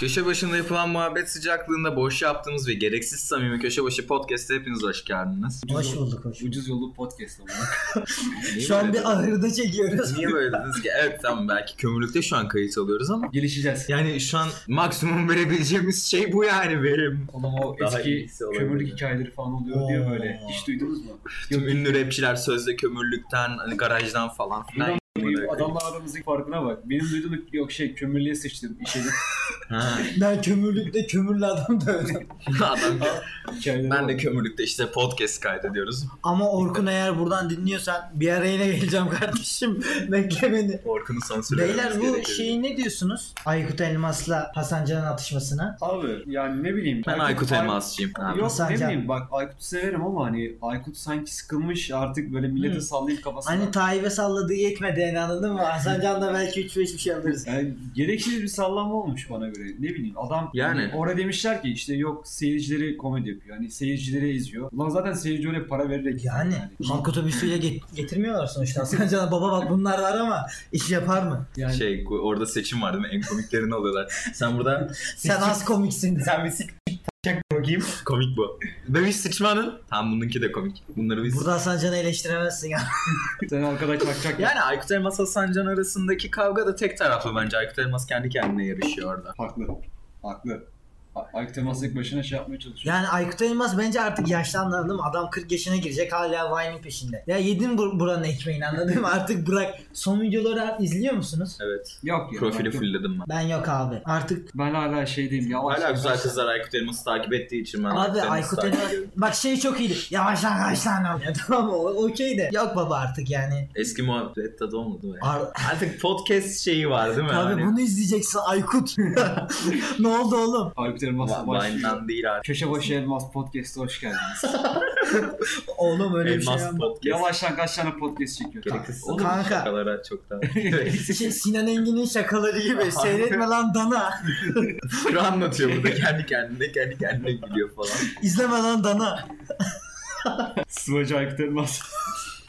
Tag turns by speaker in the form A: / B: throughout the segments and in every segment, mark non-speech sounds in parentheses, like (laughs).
A: Köşe başında yapılan muhabbet sıcaklığında boş yaptığımız ve gereksiz samimi Köşe Başı Podcast'a hepiniz hoş geldiniz.
B: Hoş bulduk hoş bulduk.
C: Ucuz yolu podcast'ı bunlar.
A: Niye
B: Şu an
A: böyle-
B: bir ahırda çekiyoruz.
A: Niye böyle dediniz ki? Evet tamam belki kömürlükte şu an kayıt alıyoruz ama
C: Gelişeceğiz.
A: yani şu an maksimum verebileceğimiz şey bu yani verim.
C: Adam o
A: Daha
C: eski
A: iyisi olabilir.
C: kömürlük hikayeleri falan oluyor diyor
B: Oo.
C: böyle. Hiç duydunuz mu?
A: Tüm ünlü rapçiler sözde kömürlükten, hani garajdan falan filan.
C: Benim adamla aramızdaki farkına bak. Benim duyduğum yok şey kömürlüğe sıçtım işedim.
A: Ha.
B: ben kömürlükte kömürlü adam da öyle.
A: Adam
C: (laughs) Hikayeleri
A: ben de
C: var.
A: kömürlükte işte podcast kaydediyoruz.
B: Ama Orkun eğer buradan dinliyorsan bir ara yine geleceğim kardeşim. (laughs) Bekle beni.
A: Orkun'u sansürlememiz
B: Beyler bu
A: gerekebilir.
B: şeyi ne diyorsunuz? Aykut Elmas'la Hasan Can'ın atışmasına.
C: Abi yani ne bileyim.
A: Ben Aykut Elmasçıyım. Ha.
C: Yok
B: Hasan
C: ne
B: Can.
C: bileyim bak Aykut'u severim ama hani Aykut sanki sıkılmış artık böyle millete
B: Hı.
C: sallayıp kafasına.
B: Hani Tayyip'e salladığı yetmedi yani anladın mı? Hasan Can'da belki 3-5 bir şey alırız.
C: Yani gereksiz bir sallanma olmuş bana göre. Ne bileyim adam
A: Yani.
C: yani. orada demişler ki işte yok seyircileri komedi yapıyor. Hani seyircileri eziyor. Ulan zaten seyirci öyle para vererek.
B: Yani halk otobüsüyle get- getirmiyorlar sonuçta. Hasan Can'a baba bak bunlar var ama iş yapar mı?
C: Yani-
A: Şey orada seçim var değil mi? En komiklerini alıyorlar. Sen burada
B: Sen az komiksin.
A: sen bir sik
C: (laughs)
A: bakayım. Komik bu. Ben bir sıçmanın. Tam bununki de komik. Bunları biz...
B: Burada Hasan Can'ı eleştiremezsin ya.
C: Sen arkada çak çak
A: Yani Aykut Elmas Hasan Can arasındaki kavga da tek taraflı bence. Aykut Elmas kendi kendine yarışıyor orada.
C: Haklı. Haklı. A- Aykut Elmas tek başına şey yapmaya çalışıyor.
B: Yani Aykut Elmas bence artık yaşlandı anladın mı? Adam 40 yaşına girecek hala Vine'in peşinde. Ya yedin bur- buranın ekmeğini anladın mı? Artık bırak. Son videoları izliyor musunuz?
A: Evet.
C: Yok ya.
A: Profili
C: ben,
A: fullledim ben.
B: Ben yok abi. Artık
C: Ben hala şey diyeyim yavaş.
A: Hala
C: yavaş.
A: güzel kızlar Aykut Elmas'ı takip ettiği için ben
B: abi
A: Elmas'ı
B: Aykut
A: takip
B: Elmas...
A: ediyorum.
B: Bak şey çok iyiydi. Yavaşlan yavaşlan lan ya tamam mı? O- Okey de. Yok baba artık yani.
A: Eski muhabbet tadı olmadı be.
B: Ar-
A: Artık podcast şeyi var değil mi?
B: Abi
A: Hani-
B: bunu izleyeceksin Aykut. (laughs) ne oldu oğlum?
C: Aykut Elmas'la
A: Va-
C: başlıyor.
A: Vine'dan değil artık.
C: Köşe başı Elmas Podcast'a hoş geldiniz.
B: Oğlum öyle bir şey
A: Elmas
B: yapma.
A: podcast.
C: Yavaştan kaç tane podcast çekiyor. (laughs)
A: Gereksiz
B: Oğlum, kanka.
A: şakalara çok
B: (laughs)
A: daha.
B: Şey, Sinan Engin'in şakaları gibi. Seyretme lan Dana.
A: Şunu anlatıyor burada kendi kendine kendi kendine gülüyor falan. (laughs)
B: İzleme lan Dana.
C: Sıvacı Aykut Elmas.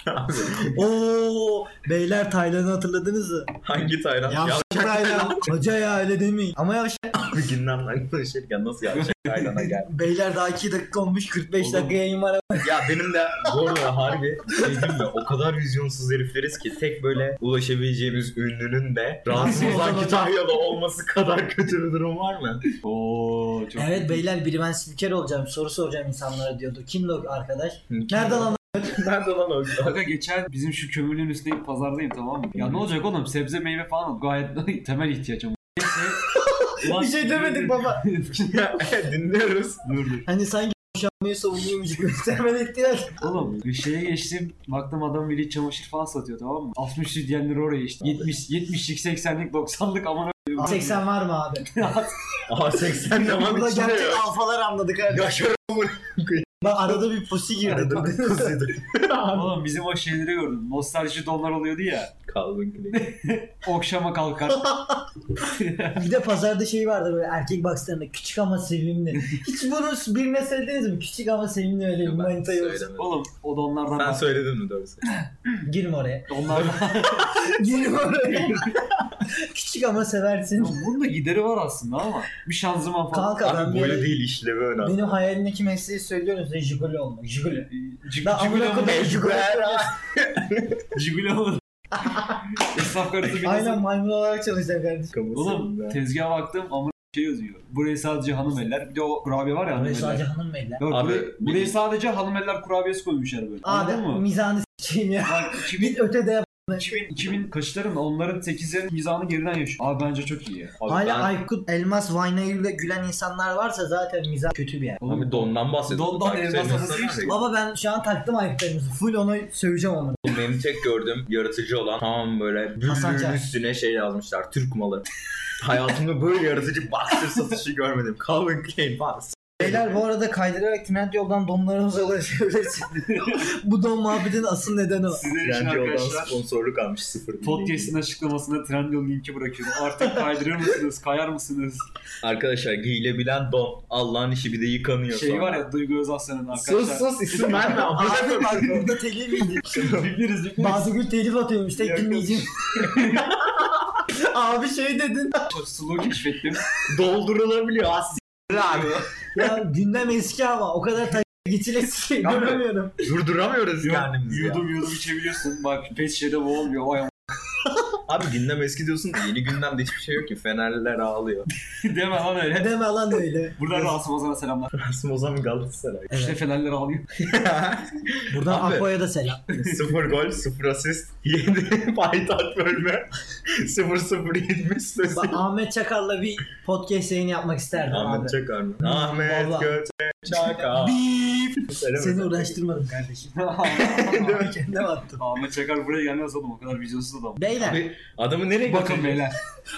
A: Abi,
B: Oo beyler Taylan'ı hatırladınız mı?
A: Hangi Taylan?
B: Yavşak Taylan. Hoca ya öyle demeyin. Ama yavşak.
A: Bir günden ben konuşurken nasıl yavşak Taylan'a geldi?
B: Beyler daha 2 dakika olmuş 45
A: Oğlum.
B: dakika yayın var.
A: Ya benim de bu arada harbi şey diyeyim mi? O kadar vizyonsuz herifleriz ki tek böyle ulaşabileceğimiz ünlünün de rahatsızlıktan Kütahyalı olması kadar kötü bir durum var mı?
C: Oo çok
B: Evet beyler biri ben spiker olacağım soru soracağım insanlara diyordu. Kimdi o arkadaş? Nerede lan?
A: Nerede lan o?
C: Kanka geçen bizim şu kömürlüğün üstündeki pazardayım tamam mı? Ya ne olacak oğlum sebze meyve falan gayet (laughs) temel ihtiyaç ama. Neyse. Ulan-
B: Bir şey demedik baba.
A: Ya, Dinliyoruz.
C: Dur dur.
B: Hani sanki boşanmayı savunuyormuş gibi (laughs) temel ihtiyaç.
C: Oğlum bir şeye geçtim. Baktım adam milli çamaşır falan satıyor tamam mı? 60 diyenler oraya işte. 70 70'lik 80'lik 90'lık aman
B: 80 var mı abi?
A: A80
B: Burada
A: zaman içinde
B: gerçek alfalar anladık abi.
A: Yaşar
B: Bak arada bir pusi girdi.
A: aradım
B: (laughs)
A: kızıydı.
C: Oğlum bizim o şeyleri gördüm. Nostalji dolar oluyordu ya.
A: Calvin Klein.
C: Okşama
B: (laughs)
C: kalkar.
B: bir de pazarda şey vardı böyle erkek boxlarında küçük ama sevimli. Hiç bunu bilmeseydiniz mi? Küçük ama sevimli öyle bir manita yok.
C: Oğlum o da onlardan.
A: Sen söyledin mi doğrusu?
B: Girme oraya. (laughs)
C: Onlardan.
B: Girme oraya. (laughs) Küçük ama seversin.
C: Oğlum Bunun da gideri var aslında ama. Bir şanzıman falan.
B: Kanka ben
A: Abi
B: bir
A: boyu
B: ara-
A: değil işlevi önemli.
B: benim hayalimdeki mesleği söylüyorum size jigolo olmak. Jigolo.
C: Cig-
B: Ben amına
C: Cigula mı?
B: koyayım jigolo.
C: Cigula
B: (laughs)
C: mı? Esnaf karısı bir
B: Aynen
C: nasıl-
B: maymun olarak çalışacağım kardeşim.
C: Oğlum tezgaha baktım amına şey yazıyor. Buraya sadece hanım eller. Bir de o kurabiye var ya hanım
B: Burayı
C: eller.
B: sadece hanım beyler.
C: Yok,
A: Abi,
C: buraya,
A: bir-
C: buraya sadece hanımeller kurabiyesi koymuşlar böyle.
B: Abi
C: Anladın mı?
B: mizanı s**eyim ya.
A: (laughs)
C: Bak 2000,
B: Git ötede yap.
C: 2000, 2000 kaçların onların 8'lerin mizanı geriden yaşıyor. Abi bence çok iyi ya.
B: Hala
A: ben-
B: Aykut, Elmas, Vaynayır'la gülen insanlar varsa zaten mizan kötü bir yer.
C: Oğlum,
A: Abi dondan bahsediyorum.
C: Dondan
A: Aykut
C: elmas
A: Elmas'tan
C: arası işte.
A: nerede?
B: Baba ben şu an taktım Aykut Elmas'ı. Full onu söveceğim onu.
A: Oğlum Benim tek gördüğüm yaratıcı olan tamam böyle
B: Hasan
A: büllüğün
B: Can.
A: üstüne şey yazmışlar Türk malı. Hayatımda böyle yaratıcı boxer satışı görmedim. Calvin Klein var.
B: Beyler bu arada kaydırarak trend yoldan donlarımıza ulaşabilirsiniz. (laughs) bu don muhabbetin asıl nedeni o.
C: Sizler için
A: Trendyol'dan
C: arkadaşlar.
A: sponsorluk almış sıfır. bildiğin
C: Podcast'in açıklamasına Trendyol linki bırakıyorum. Artık kaydırır mısınız? Kayar mısınız?
A: gibi. Arkadaşlar giyilebilen don. Allah'ın işi bir de yıkanıyor
C: Şey
A: sonra.
C: var ya Duygu Özaslan'ın arkadaşlar.
A: Sus sus
C: (laughs)
A: isim verme.
B: Abi bak (laughs) burada telif yedik.
C: Bipleriz bipleriz.
B: Bazı gül telif atıyormuş tek
C: Yok, yok.
B: dinleyicim. Abi şey dedin.
C: Slow keşfettim.
A: Doldurulabiliyor. As (laughs) abi.
B: Ya gündem eski ama o kadar ta geçilesi şey
A: Abi.
B: göremiyorum.
A: Durduramıyoruz kendimizi ya.
C: Yudum yudum içebiliyorsun. Bak pet şişede boğulmuyor. Vay am-
A: Abi gündem eski diyorsun da yeni gündemde hiçbir şey yok ki. Fenerliler ağlıyor.
C: (laughs) Deme lan öyle.
B: Deme lan öyle.
C: Buradan Rasim Ozan'a selamlar.
A: Rasim Ozan Galatasaray.
B: Evet.
C: İşte fenerleri ağlıyor.
B: Buradan
A: Abi.
B: Apo'ya da selam.
A: sıfır gol, sıfır asist, (laughs) 7 payitaht bölme, 0-0 yenilmiş sözü.
B: Bak, Ahmet Çakar'la bir podcast yayını yapmak isterdim abi.
A: Ahmet Çakar mı? Ahmet
B: Vallahi.
A: Göçe Çakar.
C: (laughs)
B: Bip.
A: Selam
B: Seni
A: efendim.
B: uğraştırmadım kardeşim. Kendim attım.
C: Ahmet Çakar buraya gelmez oğlum. O kadar vizyonsuz adam.
B: Beyler
A: Abi, Adamı nereye
C: Bakın
A: götürüyorsun?
C: beyler.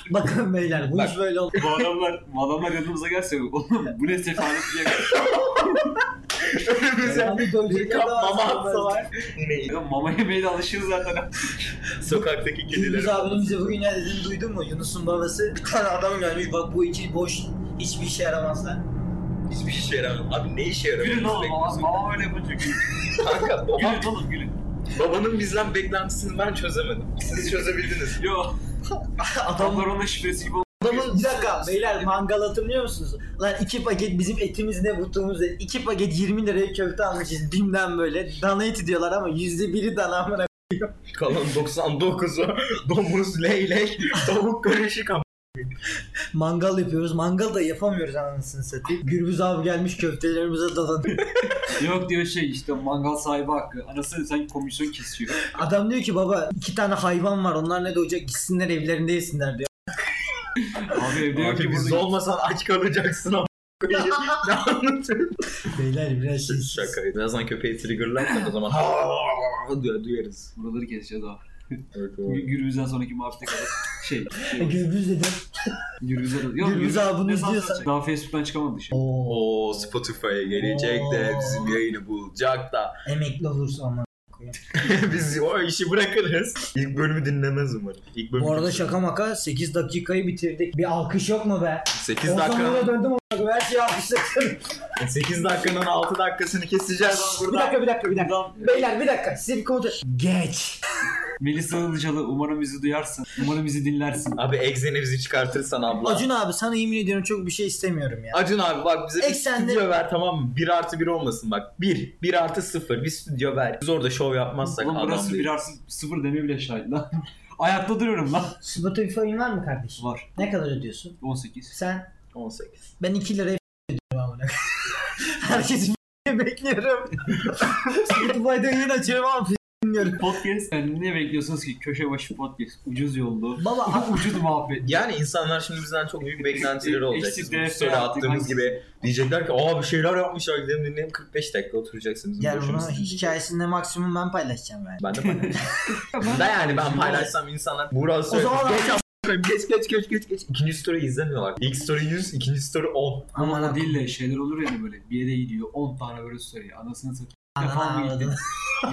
B: bakın beyler bu iş
A: Bak.
B: böyle oldu.
C: Bu adamlar, bu adamlar yanımıza gelse oğlum bu ne sefalet diye.
A: Önümüze
B: Yani
A: bir
B: dövecek
A: kap
B: adam
A: mama
B: aslında böyle.
A: atsalar. Yine iyi.
C: Ya Mama yemeğiyle alışırız zaten.
A: Sokaktaki
B: Yunus
A: kediler.
B: abinin bize bugün ne dediğini duydun mu? Yunus'un babası bir tane adam gelmiş bak bu iki boş hiçbir işe yaramazlar.
A: Hiçbir işe yaramıyor. Abi ne işe yaramıyor?
C: Gülün
A: biz
C: oğlum. Babam,
A: bekliyoruz?
C: babam öyle yapınca gülün.
A: Kanka babam,
C: Gülün oğlum gülün.
A: babanın bizden beklentisini ben çözemedim. Siz çözebildiniz. (laughs)
C: Yo. Adamlar onun şifresi gibi
B: Adamın bir dakika beyler mangal hatırlıyor musunuz? Lan iki paket bizim etimiz ne butumuz ne? İki paket 20 liraya köfte almışız bimden böyle. Dana eti diyorlar ama yüzde biri dana amına.
A: Kalan 99'u domuz, leylek, tavuk karışık ama.
B: Mangal yapıyoruz. Mangal da yapamıyoruz anasını satayım. Gürbüz abi gelmiş köftelerimize dadanıyor.
C: Yok diyor şey işte mangal sahibi hakkı. Anasını sen komisyon kesiyor.
B: Adam diyor ki baba iki tane hayvan var onlar ne doğacak gitsinler evlerinde yesinler diyor.
C: Abi evde yok
A: Abi
C: ki
A: biz
C: burada.
A: olmasan aç kalacaksın
B: (laughs)
A: ama. ne anlatıyorsun?
B: Beyler biraz şey.
A: Şakaydı. Birazdan köpeği triggerlarsak o zaman diyor duyarız.
C: Buraları keseceğiz abi.
A: Evet,
C: Gü-
A: doğru.
C: Gürbüz'den sonraki muhabbete kadar şey. şey
B: E, Gürbüz dedi.
C: Gürbüz'e de. Yok,
B: Gürbüz abi bunu
C: ne zaman
B: izliyorsa-
C: söyleyecek? Daha Facebook'tan çıkamadı şey.
B: Oo,
A: Oo Spotify'a gelecek de
B: Oo.
A: bizim yayını bulacak da (laughs)
B: emekli olursa ama.
A: biz o işi bırakırız. İlk bölümü dinlemez umarım. İlk bölümü
B: Bu arada şaka maka 8 dakikayı bitirdik. Bir alkış yok mu be?
A: 8
B: Ozan'a
A: dakika.
B: döndüm ama her şeyi alkışladım.
A: 8 dakikanın 6 dakikasını keseceğiz lan
B: bir
A: burada.
B: dakika bir dakika bir dakika.
C: Buradan
B: Beyler bir dakika size bir komuta. Geç.
C: Melisa Ilıcalı umarım bizi duyarsın. Umarım bizi dinlersin.
A: Abi egzeni bizi çıkartırsan abla.
B: Acun abi sana yemin ediyorum çok bir şey istemiyorum ya.
A: Acun abi bak bize bir
B: Eksenleri-
A: stüdyo ver tamam mı? 1 artı 1 olmasın bak. 1. 1 artı 0. Bir stüdyo ver. Biz orada şov yapmazsak
C: Ulan
A: adam
C: burası
A: değil.
C: bir artı sıfır demeye bile şahit lan. (laughs) Ayakta duruyorum lan.
B: Spotify'ın var mı kardeşim?
C: Var.
B: Ne kadar ödüyorsun?
C: 18.
B: Sen
A: 18.
B: ben 2 liraya (laughs) ödüyorum amına. (laughs) Herkesi bekliyorum. (laughs) Spotify'da yayın açıyorum ama bilmiyorum.
C: Podcast. Yani ne bekliyorsunuz ki? Köşe başı podcast. Ucuz yoldu.
B: Baba
C: Ama ucuz muhabbet.
A: Yani insanlar şimdi bizden çok büyük beklentiler
C: E-
A: olacak.
C: eşsiz
A: Biz bu
C: DF
A: story
C: yaptık,
A: attığımız
C: hangisi?
A: gibi diyecekler ki aa bir şeyler yapmışlar gidelim dinleyelim 45 dakika oturacaksınız.
B: Yani
A: boşuna
B: bunu
A: siz
B: hikayesinde maksimum ben paylaşacağım yani.
A: Ben de paylaşacağım. da yani ben paylaşsam insanlar Burak söylüyor.
B: zaman-
A: Geç a**ayım, geç geç geç geç geç. İkinci story izlemiyorlar. İlk story 100, ikinci story 10.
C: Ama
B: Aman
C: o değil de şeyler olur yani böyle bir yere gidiyor 10 tane böyle söylüyor. Anasını satayım. Defa
B: Ananı
C: mı gitti?
B: ağladım.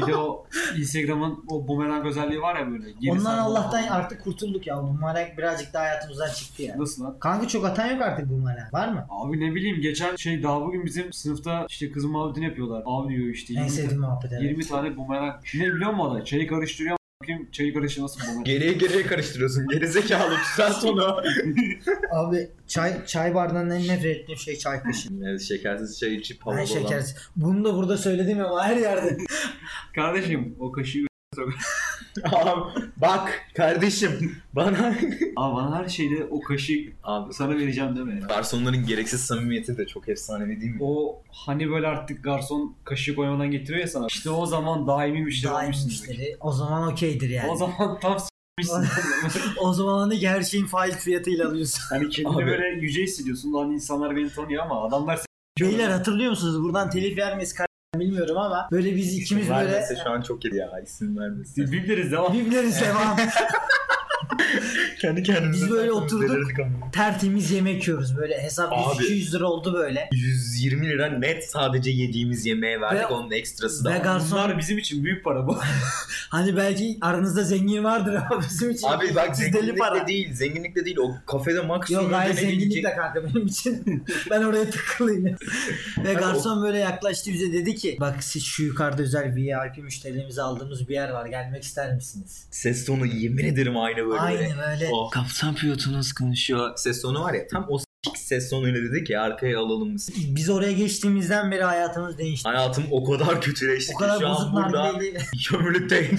C: Bir de o Instagram'ın o bumerang özelliği var ya böyle. geri
B: Ondan
C: sarma.
B: Allah'tan artık kurtulduk ya. Bu marak birazcık daha hayatımızdan çıktı ya.
C: Nasıl lan?
B: Kanka çok atan yok artık bu marak. Var mı?
C: Abi ne bileyim geçen şey daha bugün bizim sınıfta işte kızın muhabbetini yapıyorlar. Abi diyor işte
B: En
C: 20, tane-
B: sevdiğim muhabbet evet.
C: 20 tane bumerang. Ne biliyor musun adam? Çayı karıştırıyor. Bakayım çayı karıştı nasıl bumerang?
A: Geriye geriye karıştırıyorsun. Gerizekalı güzel sonu.
B: Abi çay çay bardağından en nefret ettiğim şey çay kaşığı.
A: (laughs) Evet, şekersiz çay içip havalı
B: Ben
A: olan.
B: şekersiz. Bunu da burada söyledim ama her yerde.
C: Kardeşim o kaşığı
A: Abi bak kardeşim bana.
C: Abi bana her şeyde o kaşığı
A: Abi
C: sana vereceğim deme ya.
A: garsonların gereksiz samimiyeti de çok efsanevi değil mi?
C: O hani böyle artık garson kaşığı koymadan getiriyor ya sana. İşte o zaman daimi müşteri
B: Daim
C: olmuşsun demek.
B: müşteri. O zaman okeydir yani.
C: O zaman tam s**mişsin.
B: (laughs) O zaman hani her şeyin fail
A: (laughs)
B: fiyatıyla alıyorsun.
C: hani kendini
A: Abi.
C: böyle yüce hissediyorsun. Lan insanlar beni tanıyor ama adamlar s***.
B: Beyler hatırlıyor musunuz? Buradan telif vermeyiz kardeşim bilmiyorum ama böyle biz ikimiz böyle
A: Vermese şu an çok iyi ya isim vermese. (laughs)
C: Bibleriz devam.
B: birbirleri devam.
A: Kendi kendimize
B: Biz böyle
A: zaten
B: oturduk.
A: delirdik ama.
B: Tertemiz yemek yiyoruz böyle. Hesap
A: Abi.
B: 100-200 lira oldu böyle.
A: 120 lira net sadece yediğimiz yemeğe verdik
B: Ve-
A: onun ekstrası da.
B: Ve
A: var.
B: garson
C: Bunlar bizim için büyük para bu.
B: hani belki aranızda zengin vardır ama bizim için
A: Abi bak
B: siz deli
A: zenginlik
B: şey para.
A: de değil, zenginlik de değil. O kafede maksimum
B: Yok gayet zenginlik
A: ödenebilecek-
B: de kanka
A: (laughs)
B: benim için. ben oraya tıkılayım. Ve garson böyle yaklaştı bize dedi ki bak siz şu yukarıda özel VIP müşterilerimize aldığımız bir yer var gelmek ister misiniz?
A: Ses tonu yemin ederim aynı böyle. Oh.
B: Aynı böyle.
A: O kaptan pilotunuz konuşuyor. Ses tonu var ya tam o s**k ses tonuyla dedi ki arkaya alalım biz.
B: Biz oraya geçtiğimizden beri hayatımız değişti.
A: Hayatım o kadar kötüleşti
B: O
A: ki şu
B: kadar
A: an
B: bozuk
A: burada
B: nargile.
A: (laughs) kömürlükte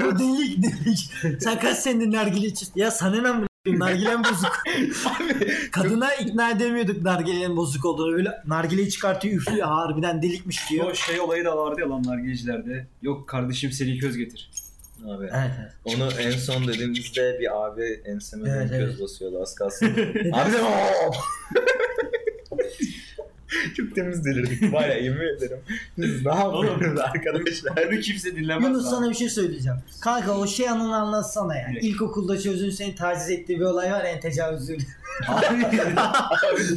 A: (laughs)
B: bu delik delik. Sen kaç senedir nargile içiyorsun? Ya sana ne amına koyayım,
A: (laughs)
B: nargilen bozuk. Kadına ikna edemiyorduk nargilenin bozuk olduğunu. Böyle nargileyi çıkartıyor üflüyor harbiden delikmiş diyor.
C: o şey olayı da vardı ya lanlar gecilerde. Yok kardeşim seni köz getir.
A: Abi
B: Evet evet.
A: onu en son dediğimizde bir abi enseme
B: Evet,
A: göz
B: evet.
A: basıyordu az kalsın. abi de "Oo!" Çok temiz delirdik. Var ya yemin ederim. Biz ne yapıyoruz arkadaşlar?
C: Bunu kimse dinlemez.
B: Yunus
C: lan.
B: sana bir şey söyleyeceğim. Kanka o şey anını anlatsana ya.
C: Ne?
B: İlkokulda çocuğun seni taciz ettiği bir olay var ya tecavüzüyle.
C: şey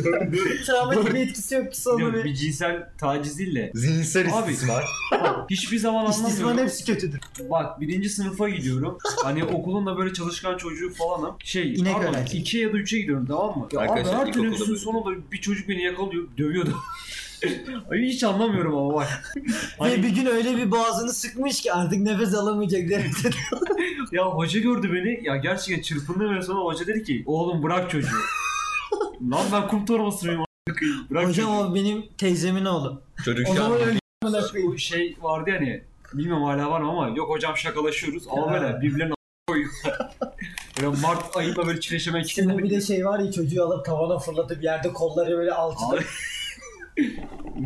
B: Travmatik bir etkisi yok ki
C: Yok,
B: sonra
C: bir
B: bir.
C: cinsel taciz değil de.
A: Zihinsel
C: Abi.
A: istismar.
C: Bak, hiçbir zaman
B: İstismarın
C: anlamıyorum.
B: hepsi kötüdür.
C: Bak birinci sınıfa gidiyorum. Hani okulun da böyle çalışkan çocuğu falanım. Şey
B: İnek
C: pardon
B: öğrenci.
C: 2 ya da 3'e gidiyorum tamam mı? Ya
A: Arkadaşlar,
C: abi her
A: ilkokulda
C: türlü üstün
A: böyle.
C: sonunda bir çocuk beni yakalıyor dövüyordu. (laughs) Ay hiç anlamıyorum ama
B: (laughs)
C: bak.
B: Ve
C: Hani
B: bir gün öyle bir boğazını sıkmış ki artık nefes alamayacak derece.
C: ya hoca gördü beni. Ya gerçekten çırpındım ve sonra hoca dedi ki oğlum bırak
B: (laughs)
C: çocuğu. Lan ben kum torbası mıyım? a**ına koyayım? Bırak
B: Hocam
C: çocuğu.
B: o benim teyzemin oğlu.
A: Çocuk
B: O
A: şu an
B: zaman öyle amına koyayım.
C: Bu şey vardı yani. Bilmiyorum hala var mı ama yok hocam şakalaşıyoruz ama böyle birbirlerine a-
B: (laughs)
C: koyuyorlar. böyle Mart ayında böyle çileşeme
B: Şimdi bir
C: ikisinde
B: de şey var ya çocuğu alıp tavana fırlatıp yerde kolları böyle alçıda.
C: Abi.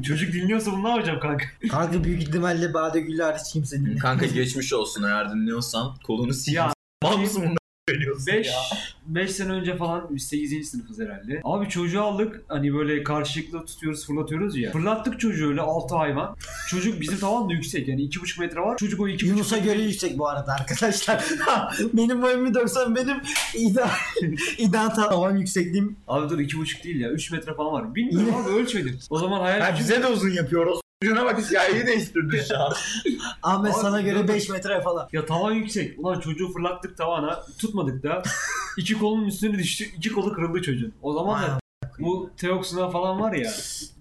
C: Çocuk dinliyorsa bunu ne yapacağım kanka?
B: Kanka büyük ihtimalle Bade Gül'ü hariç kimse dinlemez.
A: Kanka geçmiş olsun eğer dinliyorsan kolunu siyah.
C: Ya
A: Mal mısın bundan söylüyorsun
C: 5
A: ya?
C: 5 sene önce falan biz 8. sınıfız herhalde. Abi çocuğu aldık hani böyle karşılıklı tutuyoruz fırlatıyoruz ya. Fırlattık çocuğu öyle altı hayvan. Çocuk bizim tavan da yüksek yani 2,5 metre var. Çocuk o 2,5
B: Yunus'a göre yüksek bu arada arkadaşlar. (laughs) benim boyum 1.90 benim (laughs) ideal, ideal tavan yüksekliğim.
C: Abi dur 2,5 değil ya 3 metre falan var. Bilmiyorum abi ölçmedim. O zaman hayal
A: Ha,
C: gücüm.
A: bize de uzun yapıyor. O s***cuna bak hikayeyi değiştirdi şu an.
B: Ahmet
C: Abi,
B: sana göre
C: dört-
B: 5 metre falan.
C: Ya tavan yüksek. Ulan çocuğu fırlattık tavana tutmadık da iki kolun üstüne düştü. iki kolu kırıldı çocuğun. O zaman da bu TEOK sınavı falan var ya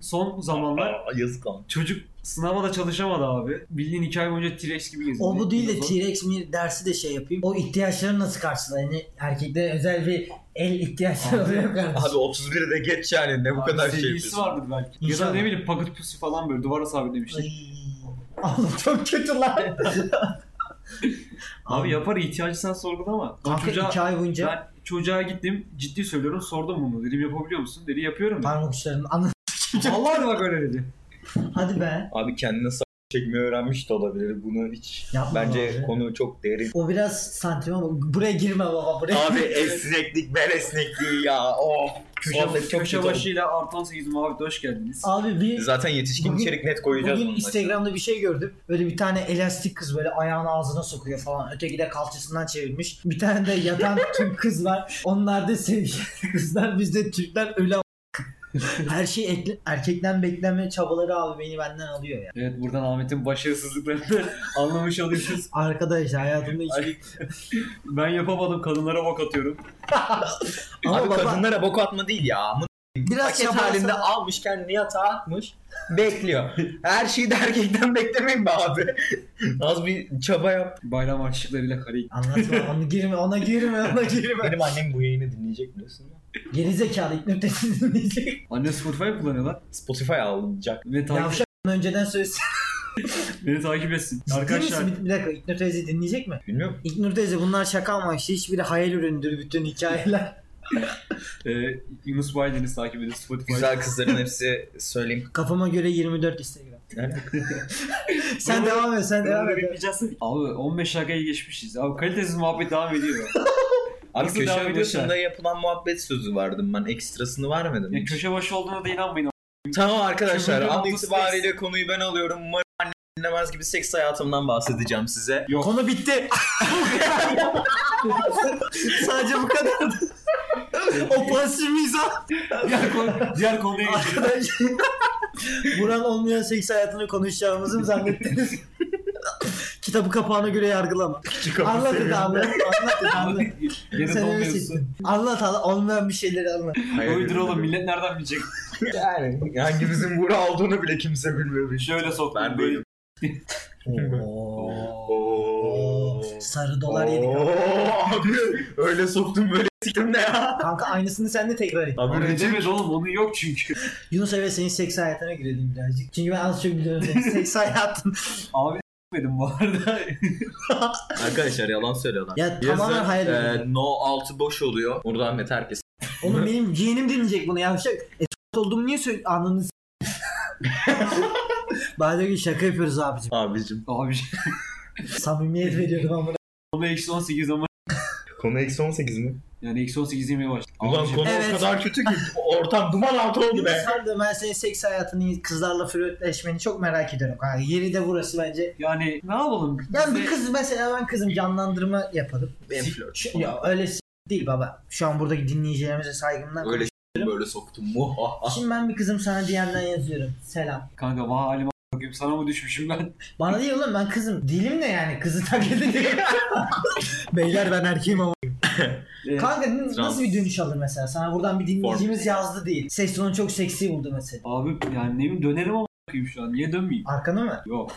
C: son zamanlar
A: Aa, Yazık lan.
C: Çocuk sınava da çalışamadı abi. Bildiğin iki ay boyunca T-Rex gibi gezdi.
B: O bu değil de
C: Dinozor.
B: T-Rex mi dersi de şey yapayım. O ihtiyaçları nasıl karşılar? Yani erkeklerin özel bir el ihtiyaçları oluyor
A: Abi
B: kardeşim.
A: 31'i de geç yani ne bu
C: Abi
A: kadar şey
C: sevgilisi
A: yapıyorsun.
C: vardır belki. Ya
B: İnşallah.
C: da ne bileyim pocket pussy falan böyle duvara sabitlemişti.
B: Ay. Oğlum çok kötü lan.
C: (laughs) Abi yapar ihtiyacı sen sorgulama. Ben
B: Kanka
C: çocuğa,
B: iki ay boyunca
C: ben çocuğa gittim ciddi söylüyorum sordum bunu. Dedim yapabiliyor musun? Dedi yapıyorum. Dedi.
B: parmak uçlarını anı.
C: Vallahi bak öyle dedi.
B: Hadi be.
A: Abi kendine s*** çekmeyi öğrenmiş de olabilir. Bunu hiç
B: Yapma
A: bence
B: abi.
A: konu çok
B: (laughs)
A: derin.
B: O biraz santim ama buraya girme baba buraya.
A: Abi esneklik ben esnekliği ya. Oh.
C: Köşe,
A: Vallahi çok
C: köşe
A: kötü oldu.
C: başıyla artı 18 muhabbet hoş geldiniz.
B: Abi bir
A: Zaten yetişkin
B: Bugün-
A: içerik net koyacağız.
B: Bugün
A: bunun başına.
B: Instagram'da bir şey gördüm. Böyle bir tane elastik kız böyle ayağını ağzına sokuyor falan. Öteki de kalçasından çevirmiş. Bir tane de
A: (laughs)
B: yatan Türk kız var. Onlar da sevgili (laughs) kızlar. Bizde Türkler öyle a- (laughs) her şey ekle- erkekten beklenme çabaları abi beni benden alıyor ya.
C: Evet buradan Ahmet'in başarısızlıklarını (laughs) anlamış oluyorsunuz.
B: Arkadaş hayatımda hiç...
C: Ay, ben yapamadım kadınlara bok atıyorum.
B: Ama
A: Abi
B: baba
A: kadınlara bok atma değil ya. Amın
B: biraz
A: Akşam
B: yaparsan-
A: halinde almış kendini yatağa atmış. Bekliyor. Her şeyi de erkekten (laughs) beklemeyin be abi. Az bir çaba yap.
C: Bayram harçlıklarıyla kareyi
A: (laughs)
B: Anlatma onu girme ona girme ona girme.
A: Benim annem bu yayını dinleyecek biliyorsun ya.
B: Geri zekalı ilk nöbetini dinleyecek.
C: Anne Spotify mı kullanıyorlar.
A: Spotify alacak.
C: Beni takip,
B: Yavşak önceden söylesin.
C: beni takip etsin.
B: şey- Ciddi
C: Arkadaşlar
B: misin? Bir, bir dakika İlknur teyze dinleyecek mi?
A: Bilmiyorum.
B: İlknur teyze bunlar şaka ama işte hiçbiri hayal ürünüdür bütün hikayeler.
C: e, Yunus Biden'i takip edin Spotify.
A: Güzel kızların hepsi söyleyeyim.
B: Kafama göre 24 Instagram.
A: Nerede?
B: (laughs) sen devam et sen devam et.
C: Abi 15 dakikayı geçmişiz. Abi kalitesiz muhabbet devam ediyor.
A: Abi
C: Nasıl devam
A: köşe
C: ediyor
A: başında yapılan muhabbet sözü vardım ben. Ekstrasını vermedim.
C: ya
A: hiç.
C: köşe başı olduğuna da inanmayın.
A: Tamam arkadaşlar
C: Kömürde
A: an
C: mutlu
A: itibariyle konuyu ben alıyorum. Umarım dinlemez gibi seks hayatımdan bahsedeceğim size.
B: Konu bitti. (laughs)
A: Sadece bu kadar.
B: o pasif mizah.
C: diğer, konu, diğer konuya geçelim.
B: Buran olmayan seks hayatını konuşacağımızı mı zannettiniz? (laughs) Kitabı kapağına göre yargılama.
A: Küçük
B: Anlat hadi anlat. Anlat hadi anlat.
C: Yarın
B: Sen öyle
C: olmuyorsun.
B: seçtin. Anlat anlat. Olmayan bir şeyleri anlat.
C: Uydur oğlum millet nereden bilecek?
A: Yani hangimizin bura olduğunu bile kimse bilmiyor.
C: Şöyle sok.
A: Ben
C: böyle.
A: değilim.
B: Oo.
A: Oo.
B: Sarı dolar yedik.
A: Oo, abi öyle soktum böyle siktim de ya.
B: Kanka aynısını sen de tekrar et.
A: Abi
C: Onu
A: Recep
C: edemez oğlum onun yok çünkü. (laughs)
B: Yunus Emre senin seks hayatına girelim birazcık. Çünkü ben az çok biliyorum (laughs) senin seks hayatın.
C: Abi dedim bu arada. (laughs)
A: Arkadaşlar yalan söylüyorlar.
B: Ya tamamen hayal ürünü.
A: e, No altı boş oluyor. Buradan net herkes.
B: Oğlum benim yeğenim dinleyecek bunu yavşak. E s**t olduğumu niye söyle anladınız? (laughs) Bazen bir şaka yapıyoruz abicim.
A: Abicim.
C: Abi şey-
B: Samimiyet veriyorum ama.
C: konu eksi 18 ama
A: Konu eksi 18 mi?
C: yani eksi 18 yemeye başladı.
A: Ulan
C: Abicim,
A: konu
B: Evet.
A: o kadar kötü ki ortam duman altı oldu be.
B: Sen de ben senin seks hayatını, kızlarla flörtleşmeni çok merak ediyorum. Yani yeri de burası bence.
C: Yani ne yapalım?
B: Yani bir kız mesela ben kızım canlandırma yaparım.
A: Benim
B: Si-
A: flört.
B: Şu- ya öyle s- değil baba. Şu an buradaki dinleyicilerimize saygımdan.
A: Öyle s**tim, böyle soktum. (laughs) Muhaha.
B: Şimdi ben bir kızım sana DM'den yazıyorum. Selam.
C: Kanka vah halime bakayım sana mı düşmüşüm ben? (laughs)
B: Bana değil oğlum ben kızım. Değilim de yani kızı taklit ediyorum. (laughs) Beyler ben erkeğim ama.
C: Ee,
B: Kanka n- nasıl bir dönüş alır mesela? Sana buradan bir dinleyicimiz yazdı değil. Ses tonu çok seksi buldu mesela.
C: Abi yani ne bileyim dönerim ama bakayım şu an. Niye dönmeyeyim?
B: Arkana mı?
C: Yok.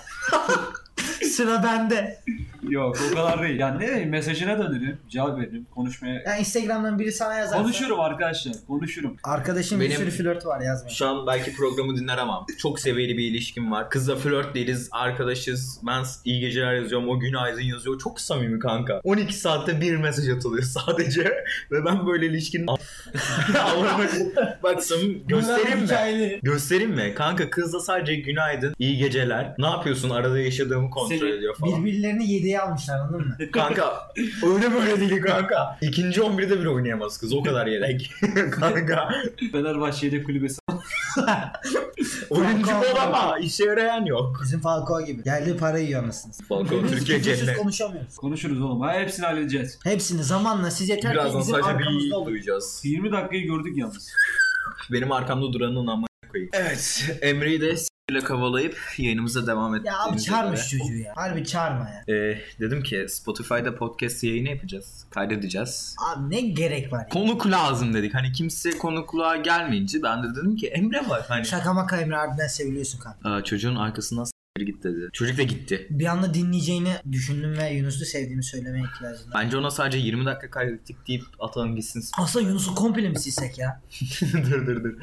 B: Sıra bende.
C: Yok o kadar değil. Yani ne bileyim mesajına dönerim. Cevap veririm. Konuşmaya.
B: Yani Instagram'dan biri sana yazarsa.
C: Konuşurum arkadaşlar. Konuşurum.
B: Arkadaşım bir
A: Benim-
B: sürü flört var yazmış.
A: Şu an belki programı dinler ama çok seviyeli bir ilişkim var. Kızla flört değiliz, arkadaşız. Ben s- iyi geceler yazıyorum, o günaydın yazıyor. Çok samimi kanka. 12 saatte bir mesaj atılıyor (laughs) sadece. Ve ben böyle ilişkinin... (laughs) Allah'ım bak samimi göstereyim mi?
B: mi?
A: Göstereyim mi? Kanka kızla sadece günaydın, iyi geceler. Ne yapıyorsun? Arada yaşadığımı kontrol
C: Seni
A: ediyor falan.
B: Birbirlerini yediye almışlar
A: (laughs)
B: anladın mı?
A: Kanka öyle böyle değil kanka. İkinci 11'de bile oynayamaz kız. O kadar yedek. (laughs) kanka.
C: Fenerbahçe yedek kulübesi.
A: Oyuncu bol ama işe yarayan yok.
B: Bizim Falco gibi. Geldi para yiyor anasınız.
A: Balkon Türkiye cennet.
B: konuşamıyoruz.
C: Konuşuruz oğlum. Ha, hepsini halledeceğiz.
B: Hepsini zamanla siz yeter ki
A: Birazdan
B: bizim
A: sadece bir iyi
B: arkamızda olun.
A: duyacağız.
C: 20 dakikayı gördük yalnız.
A: Benim arkamda duranın ama koyayım. Evet. Emre'yi de s***le kavalayıp yayınımıza devam et.
B: Ya abi çağırmış çocuğu ya. Harbi çağırma ya.
A: dedim ki Spotify'da podcast yayını yapacağız. Kaydedeceğiz.
B: Abi ne gerek var ya.
A: Konuk lazım dedik. Hani kimse konukluğa gelmeyince ben de dedim ki Emre var. Hani
B: Şaka maka Emre harbiden seviliyorsun kanka.
A: Aa, çocuğun arkasından s*** git dedi. Çocuk da gitti.
B: Bir anda dinleyeceğini düşündüm ve Yunus'u sevdiğimi söylemeye ihtiyacım var.
A: Bence ona sadece 20 dakika kaydettik deyip atalım gitsin. s-
B: Aslında Yunus'u komple mi
A: (laughs)
B: silsek ya?
A: dur dur dur.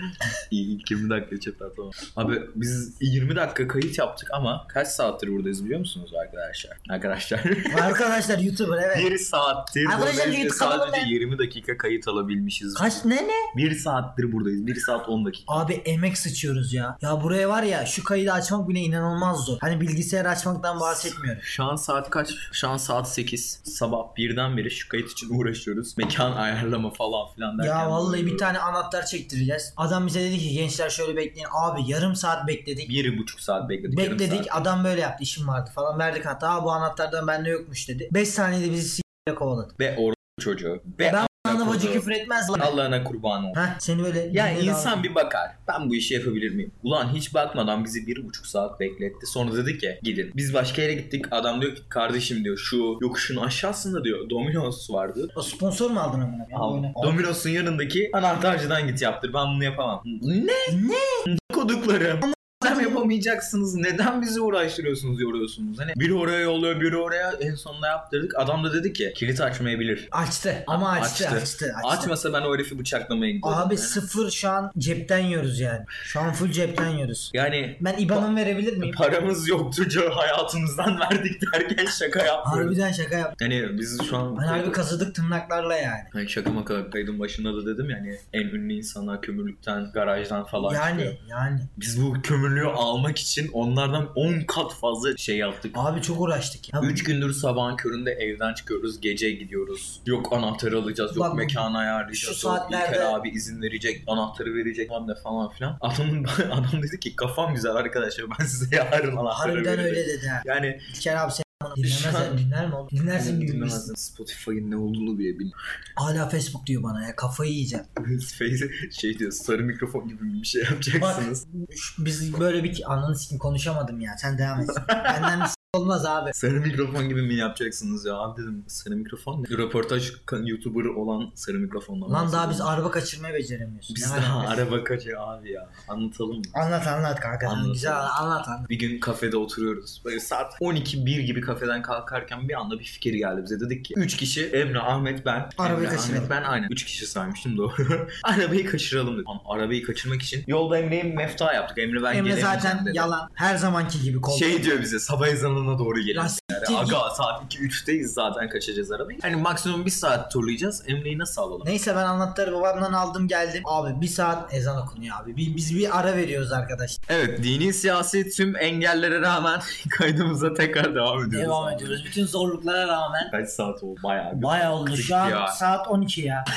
A: İyi, ilk 20 dakika chat'ten tamam. Abi biz 20 dakika kayıt yaptık ama kaç saattir buradayız biliyor musunuz arkadaşlar? (laughs) Arkadaşlar.
B: Arkadaşlar YouTuber evet.
A: 1 saattir
B: Arkadaşlar,
A: buradayız ve
B: YouTube kanalı
A: sadece 20 dakika kayıt alabilmişiz.
B: Kaç ne ne?
A: 1 saattir buradayız. 1 saat 10 dakika.
B: Abi emek sıçıyoruz ya. Ya buraya var ya şu kaydı açmak bile inanılmaz zor. Hani bilgisayar açmaktan bahsetmiyorum.
A: Şu an saat kaç? Şu an saat 8. Sabah birden beri şu kayıt için uğraşıyoruz. Mekan ayarlama falan filan derken.
B: Ya vallahi bir tane anahtar çektireceğiz. Adam bize dedi ki gençler şöyle bekleyin. Abi yarım saat bekledik.
A: Bir buçuk saat bekledik. yarım
B: Bekledik
A: saat.
B: adam böyle yaptı işim vardı falan verdik hatta Aa, bu anahtardan bende yokmuş dedi. 5 saniyede bizi s***le kovaladı.
A: Ve or çocuğu. Ve
B: Ben
A: a**ına
B: sana bacı
A: koyduğu-
B: küfür etmez lan.
A: Allah'ına kurban ol.
B: Heh, seni böyle
A: Yani
B: dinle
A: insan
B: davran-
A: bir bakar. Ben bu işi yapabilir miyim? Ulan hiç bakmadan bizi bir buçuk saat bekletti. Sonra dedi ki gidin. Biz başka yere gittik. Adam diyor ki kardeşim diyor şu yokuşun aşağısında diyor Domino's vardı.
B: O sponsor mu aldın amına? koyayım?
A: Al.
B: Oyna.
A: Domino's'un yanındaki anahtarcıdan git yaptır. Ben bunu yapamam. Ne?
B: Ne?
A: Koduklarım. Sen yapamayacaksınız. Neden bizi uğraştırıyorsunuz, yoruyorsunuz? Hani biri oraya yolluyor, biri oraya. En sonunda yaptırdık. Adam da dedi ki kilit açmayabilir.
B: Açtı ama açtı açtı.
A: Açtı.
B: açtı,
A: Açmasa ben o herifi bıçaklamaya gidiyorum.
B: Abi
A: Yani.
B: sıfır şu an cepten yiyoruz yani. Şu an full cepten yiyoruz.
A: yani
B: Ben IBAN'ımı verebilir miyim?
A: paramız yoktu diyor, hayatımızdan verdik derken şaka yapmıyoruz.
B: Harbiden şaka yaptım.
A: Yani biz şu an
B: Ben harbi kazıdık tırnaklarla yani.
A: Hani şaka maka kaydın hani başında da dedim yani en ünlü insanlar kömürlükten, garajdan falan
B: yani
A: çıkıyor.
B: yani.
A: Biz bu kömür hoparlörlüğü almak için onlardan 10 kat fazla şey yaptık.
B: Abi çok uğraştık ya.
A: 3 gündür sabahın köründe evden çıkıyoruz, gece gidiyoruz. Yok anahtarı alacağız, yok
B: Bak,
A: mekanı ayarlayacağız.
B: şu
A: yok
B: saatlerde-
A: İlker abi izin verecek, anahtarı verecek falan da falan filan. Adamın, adam (laughs) dedi ki kafam güzel arkadaşlar ben size yarın anahtarı
B: Harbiden
A: vereceğim.
B: öyle dedi ha.
A: Yani
B: İlker abi sen bana
A: Şu
B: dinlemezsen
A: an-
B: dinler mi oğlum? Dinlersin gibi
A: Dinlemezsin. Hani Spotify'ın ne olduğunu bile bilmiyorum. (laughs)
B: Hala Facebook diyor bana ya kafayı yiyeceğim.
A: Face- şey diyor sarı mikrofon gibi bir şey yapacaksınız. (laughs)
B: Şu- Biz böyle bir ananı sikim konuşamadım ya sen
A: (laughs)
B: devam et. Benden bir s- olmaz abi.
A: Sarı mikrofon gibi mi yapacaksınız ya? Abi dedim sarı mikrofon ne? Röportaj kan- YouTuber olan sarı mikrofonla.
B: Lan daha biz
A: bahsediyorum.
B: araba kaçırmayı beceremiyoruz.
A: Biz
B: Ne
A: daha
B: alakası?
A: araba kaçı abi ya. Anlatalım mı?
B: Anlat anlat kanka.
A: Anlatalım.
B: Güzel anlat anlat.
A: Bir gün kafede oturuyoruz. Böyle saat 12-1 gibi kafeden kalkarken bir anda bir fikir geldi bize. Dedik ki 3 kişi Emre, Ahmet, ben.
B: Arabayı
A: Emre,
B: kaçıralım.
A: Ahmet, ben aynen. 3 kişi saymıştım doğru. (laughs) arabayı kaçıralım dedik. Lan arabayı kaçırmak için yolda Emre'ye mefta yaptık. Emre ben
B: Emre
A: gelemeyeceğim
B: zaten
A: dedi.
B: yalan. şey Her zamanki gibi kol.
A: Şey diyor bize sabah ezanına doğru gelin.
B: Lan
A: Yani aga saat 2-3'teyiz zaten kaçacağız arabayı. Hani maksimum bir saat turlayacağız. Emre'yi nasıl alalım?
B: Neyse ben anahtarı babamdan aldım geldim. Abi bir saat ezan okunuyor abi. Bi- Biz bir ara veriyoruz arkadaş.
A: Evet dini siyasi tüm engellere rağmen (laughs) kaydımıza tekrar devam ediyoruz.
B: Devam
A: abi.
B: ediyoruz. Bütün zorluklara rağmen.
A: Kaç saat oldu? Bayağı bir.
B: Bayağı oldu.
A: Kırk
B: Şu an
A: ya.
B: saat 12 ya. (laughs)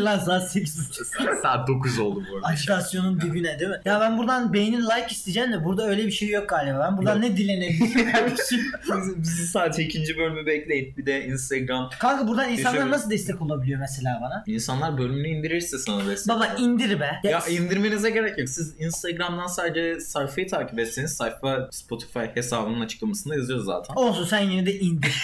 B: Lan saat 8.
A: saat 9 oldu bu arada.
B: Ajitasyonun dibine değil mi? Ya ben buradan beynin like isteyeceğim de burada öyle bir şey yok galiba. Ben buradan ne dilenebilirim?
A: (laughs) Bizi- Bizi sadece ikinci bölümü bekleyin. Bir de Instagram.
B: Kanka buradan insanlar
A: Teşekkür-
B: nasıl destek olabiliyor mesela bana?
A: İnsanlar bölümünü indirirse sana destek.
B: Baba indir be.
A: ya indirmenize gerek yok. Siz Instagram'dan sadece sayfayı takip etseniz sayfa Spotify hesabının açıklamasında yazıyor zaten.
B: Olsun sen yine de indir.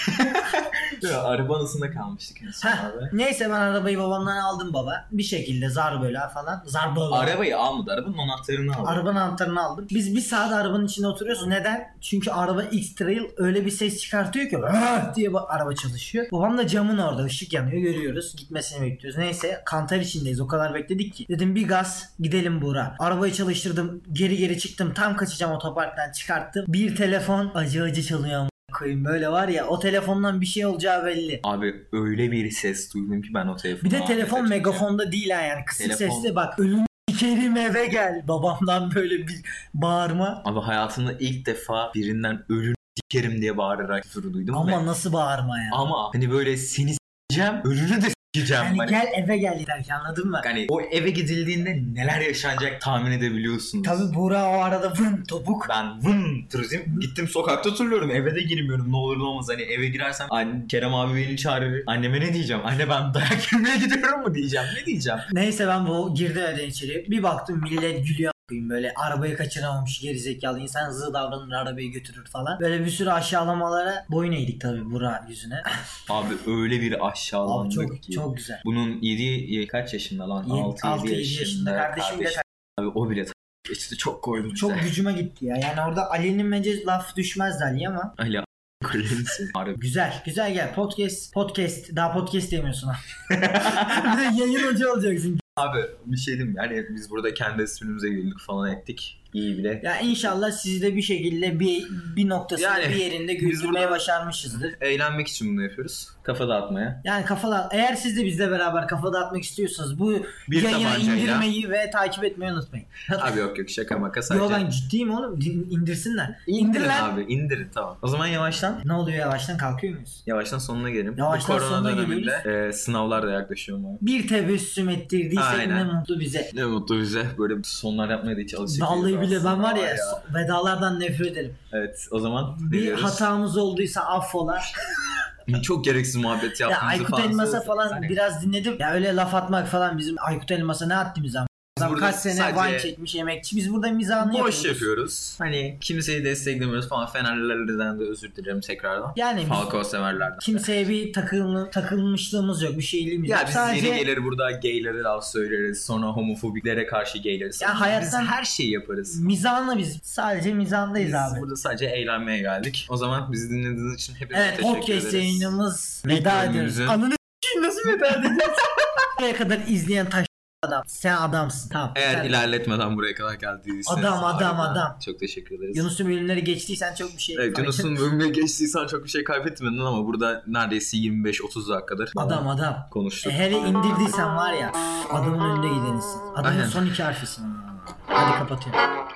A: Ya, araba anısında kalmıştık en son
B: Heh.
A: abi.
B: Neyse ben arabayı babamdan aldım baba. Bir şekilde zar böyle falan. Zar böyle.
A: Arabayı almadı. Arabanın anahtarını aldı.
B: Arabanın anahtarını aldım. Biz bir saat arabanın içinde oturuyoruz. Neden? Çünkü araba X-Trail öyle bir ses çıkartıyor ki "Ah!" diye bu araba çalışıyor. Babam da camın orada ışık yanıyor görüyoruz. Gitmesini bekliyoruz. Neyse kantar içindeyiz o kadar bekledik ki. Dedim bir gaz gidelim Buğra. Arabayı çalıştırdım geri geri çıktım tam kaçacağım otoparktan çıkarttım. Bir telefon acı acı çalıyor amına koyayım böyle var ya o telefondan bir şey olacağı belli.
A: Abi öyle bir ses duydum ki ben o telefonu.
B: Bir de
A: Ahmet'e
B: telefon
A: çekeceğim.
B: megafonda değil ha yani kısık
A: Telefon-
B: sesli bak ölüm Kerim eve gel babamdan böyle bir bağırma.
A: Abi hayatımda ilk defa birinden ölün sikerim diye bağırarak küfürü duydum.
B: Ama
A: ve-
B: nasıl bağırma ya?
A: Ama hani böyle seni s**eceğim, ölünü de s**eceğim.
B: Yani
A: hani,
B: gel eve gel derken anladın mı?
A: hani o eve gidildiğinde neler yaşanacak tahmin edebiliyorsunuz.
B: Tabi Buğra o arada vın topuk.
A: Ben vın turizm gittim sokakta turluyorum eve de girmiyorum ne olur ne olmaz hani eve girersem an- Kerem abi beni çağırır anneme ne diyeceğim anne ben dayak yemeye (laughs) gidiyorum mu diyeceğim ne diyeceğim
B: Neyse ben bu girdim evden içeri. Bir baktım millet gülüyor a**ayım. böyle arabayı kaçıramamış gerizekalı insan hızlı davranır arabayı götürür falan. Böyle bir sürü aşağılamalara boyun eğdik tabi Buğra yüzüne.
A: abi öyle bir
B: Abi
A: aşağılandık
B: çok
A: ki.
B: çok güzel.
A: Bunun 7 kaç yaşında lan? 6 7 yaşında,
B: kardeşim de
A: Abi o bile t- geçti çok koymuş.
B: çok
A: Çok
B: gücüme gitti ya. Yani orada Ali'nin bence laf düşmezdi Ali ama
A: Ali a- kullanırsın. Abi
B: güzel güzel gel podcast podcast daha podcast
A: (laughs)
B: demiyorsun ha. (laughs) bir de yayın hoca olacaksın.
A: Abi bir şey diyeyim mi? yani biz burada kendi ismimize güldük falan ettik. İyi bile.
B: Ya inşallah sizi de bir şekilde bir bir noktasında
A: Yani
B: bir yerinde
A: biz
B: güldürmeye
A: burada-
B: başarmışızdır.
A: Eğlenmek için bunu yapıyoruz. Kafa dağıtmaya.
B: Yani kafalar eğer siz de bizle beraber kafa dağıtmak istiyorsanız bu
A: Bir
B: yayını
A: tabancayla.
B: indirmeyi ve takip etmeyi unutmayın.
A: Abi yok yok şaka maka sadece.
B: Yo ben ciddiyim oğlum din- indirsinler. İndir
A: İndirin
B: lan.
A: abi indirin tamam. O zaman yavaştan
B: Ne oluyor yavaştan kalkıyor muyuz?
A: yavaştan sonuna gelelim. Bu
B: Yavaştan
A: korona
B: sonuna
A: döneminde, e, sınavlar da yaklaşıyor mu?
B: Bir tebessüm ettirdiysek
A: Aynen.
B: ne mutlu bize.
A: Ne mutlu bize böyle sonlar yapmaya da hiç alışık
B: Vallahi
A: değiliz
B: bile ben
A: aslında.
B: var ya, so- vedalardan nefret ederim.
A: Evet o zaman ne
B: Bir
A: diyoruz?
B: hatamız olduysa affola.
A: Çok gereksiz muhabbet
B: Ya
A: yaptığımızı
B: Aykut
A: falan
B: Elmas'a
A: söylüyoruz.
B: falan
A: Yani
B: biraz dinledim. Ya öyle laf atmak falan bizim Aykut Elmas'a ne attığımız zaman.
A: Biz
B: Adam
A: burada
B: kaç sene
A: sadece-
B: wine çekmiş emekçi. Biz burada mizahını
A: Boş
B: yapıyoruz.
A: yapıyoruz. Hani kimseyi desteklemiyoruz falan. Fenerlilerden de özür dilerim tekrardan.
B: Yani biz
A: Falcao severlerden.
B: kimseye bir takımlı, takılmışlığımız yok. Bir şeyliğimiz
A: Ya
B: yok.
A: biz
B: Sadece
A: yeni gelir burada gaylere laf söyleriz. Sonra homofobiklere karşı gaylere söyleriz.
B: hayattan-
A: Biz her şeyi yaparız.
B: mizahla biz. Sadece mizahındayız
A: Biz
B: abi.
A: burada sadece eğlenmeye geldik. O zaman bizi dinlediğiniz için hepinize
B: Evet
A: teşekkür ederiz. (laughs)
B: podcast yayınımız
A: İlk
B: veda
A: bölümümüzün-
B: ediyoruz. Ananı s**eyim, nasıl veda (laughs) edeceğiz? Buraya kadar izleyen taş adam. Sen adamsın. Tamam.
A: Eğer
B: Sen-
A: ilerletmeden buraya kadar geldiyseniz.
B: Adam, adam,
A: harbiden
B: adam.
A: Çok teşekkür ederiz.
B: Yunus'un bölümleri geçtiysen çok bir şey
A: Evet, Yunus'un bölümüne geçtiysen çok bir şey kaybetmedin ama burada neredeyse 25-30 dakikadır
B: Adam adam.
A: konuştuk.
B: E, Hele indirdiysen var ya adamın önünde gidenisin. Adamın
A: Aynen.
B: son iki harfisin. Hadi kapatıyorum.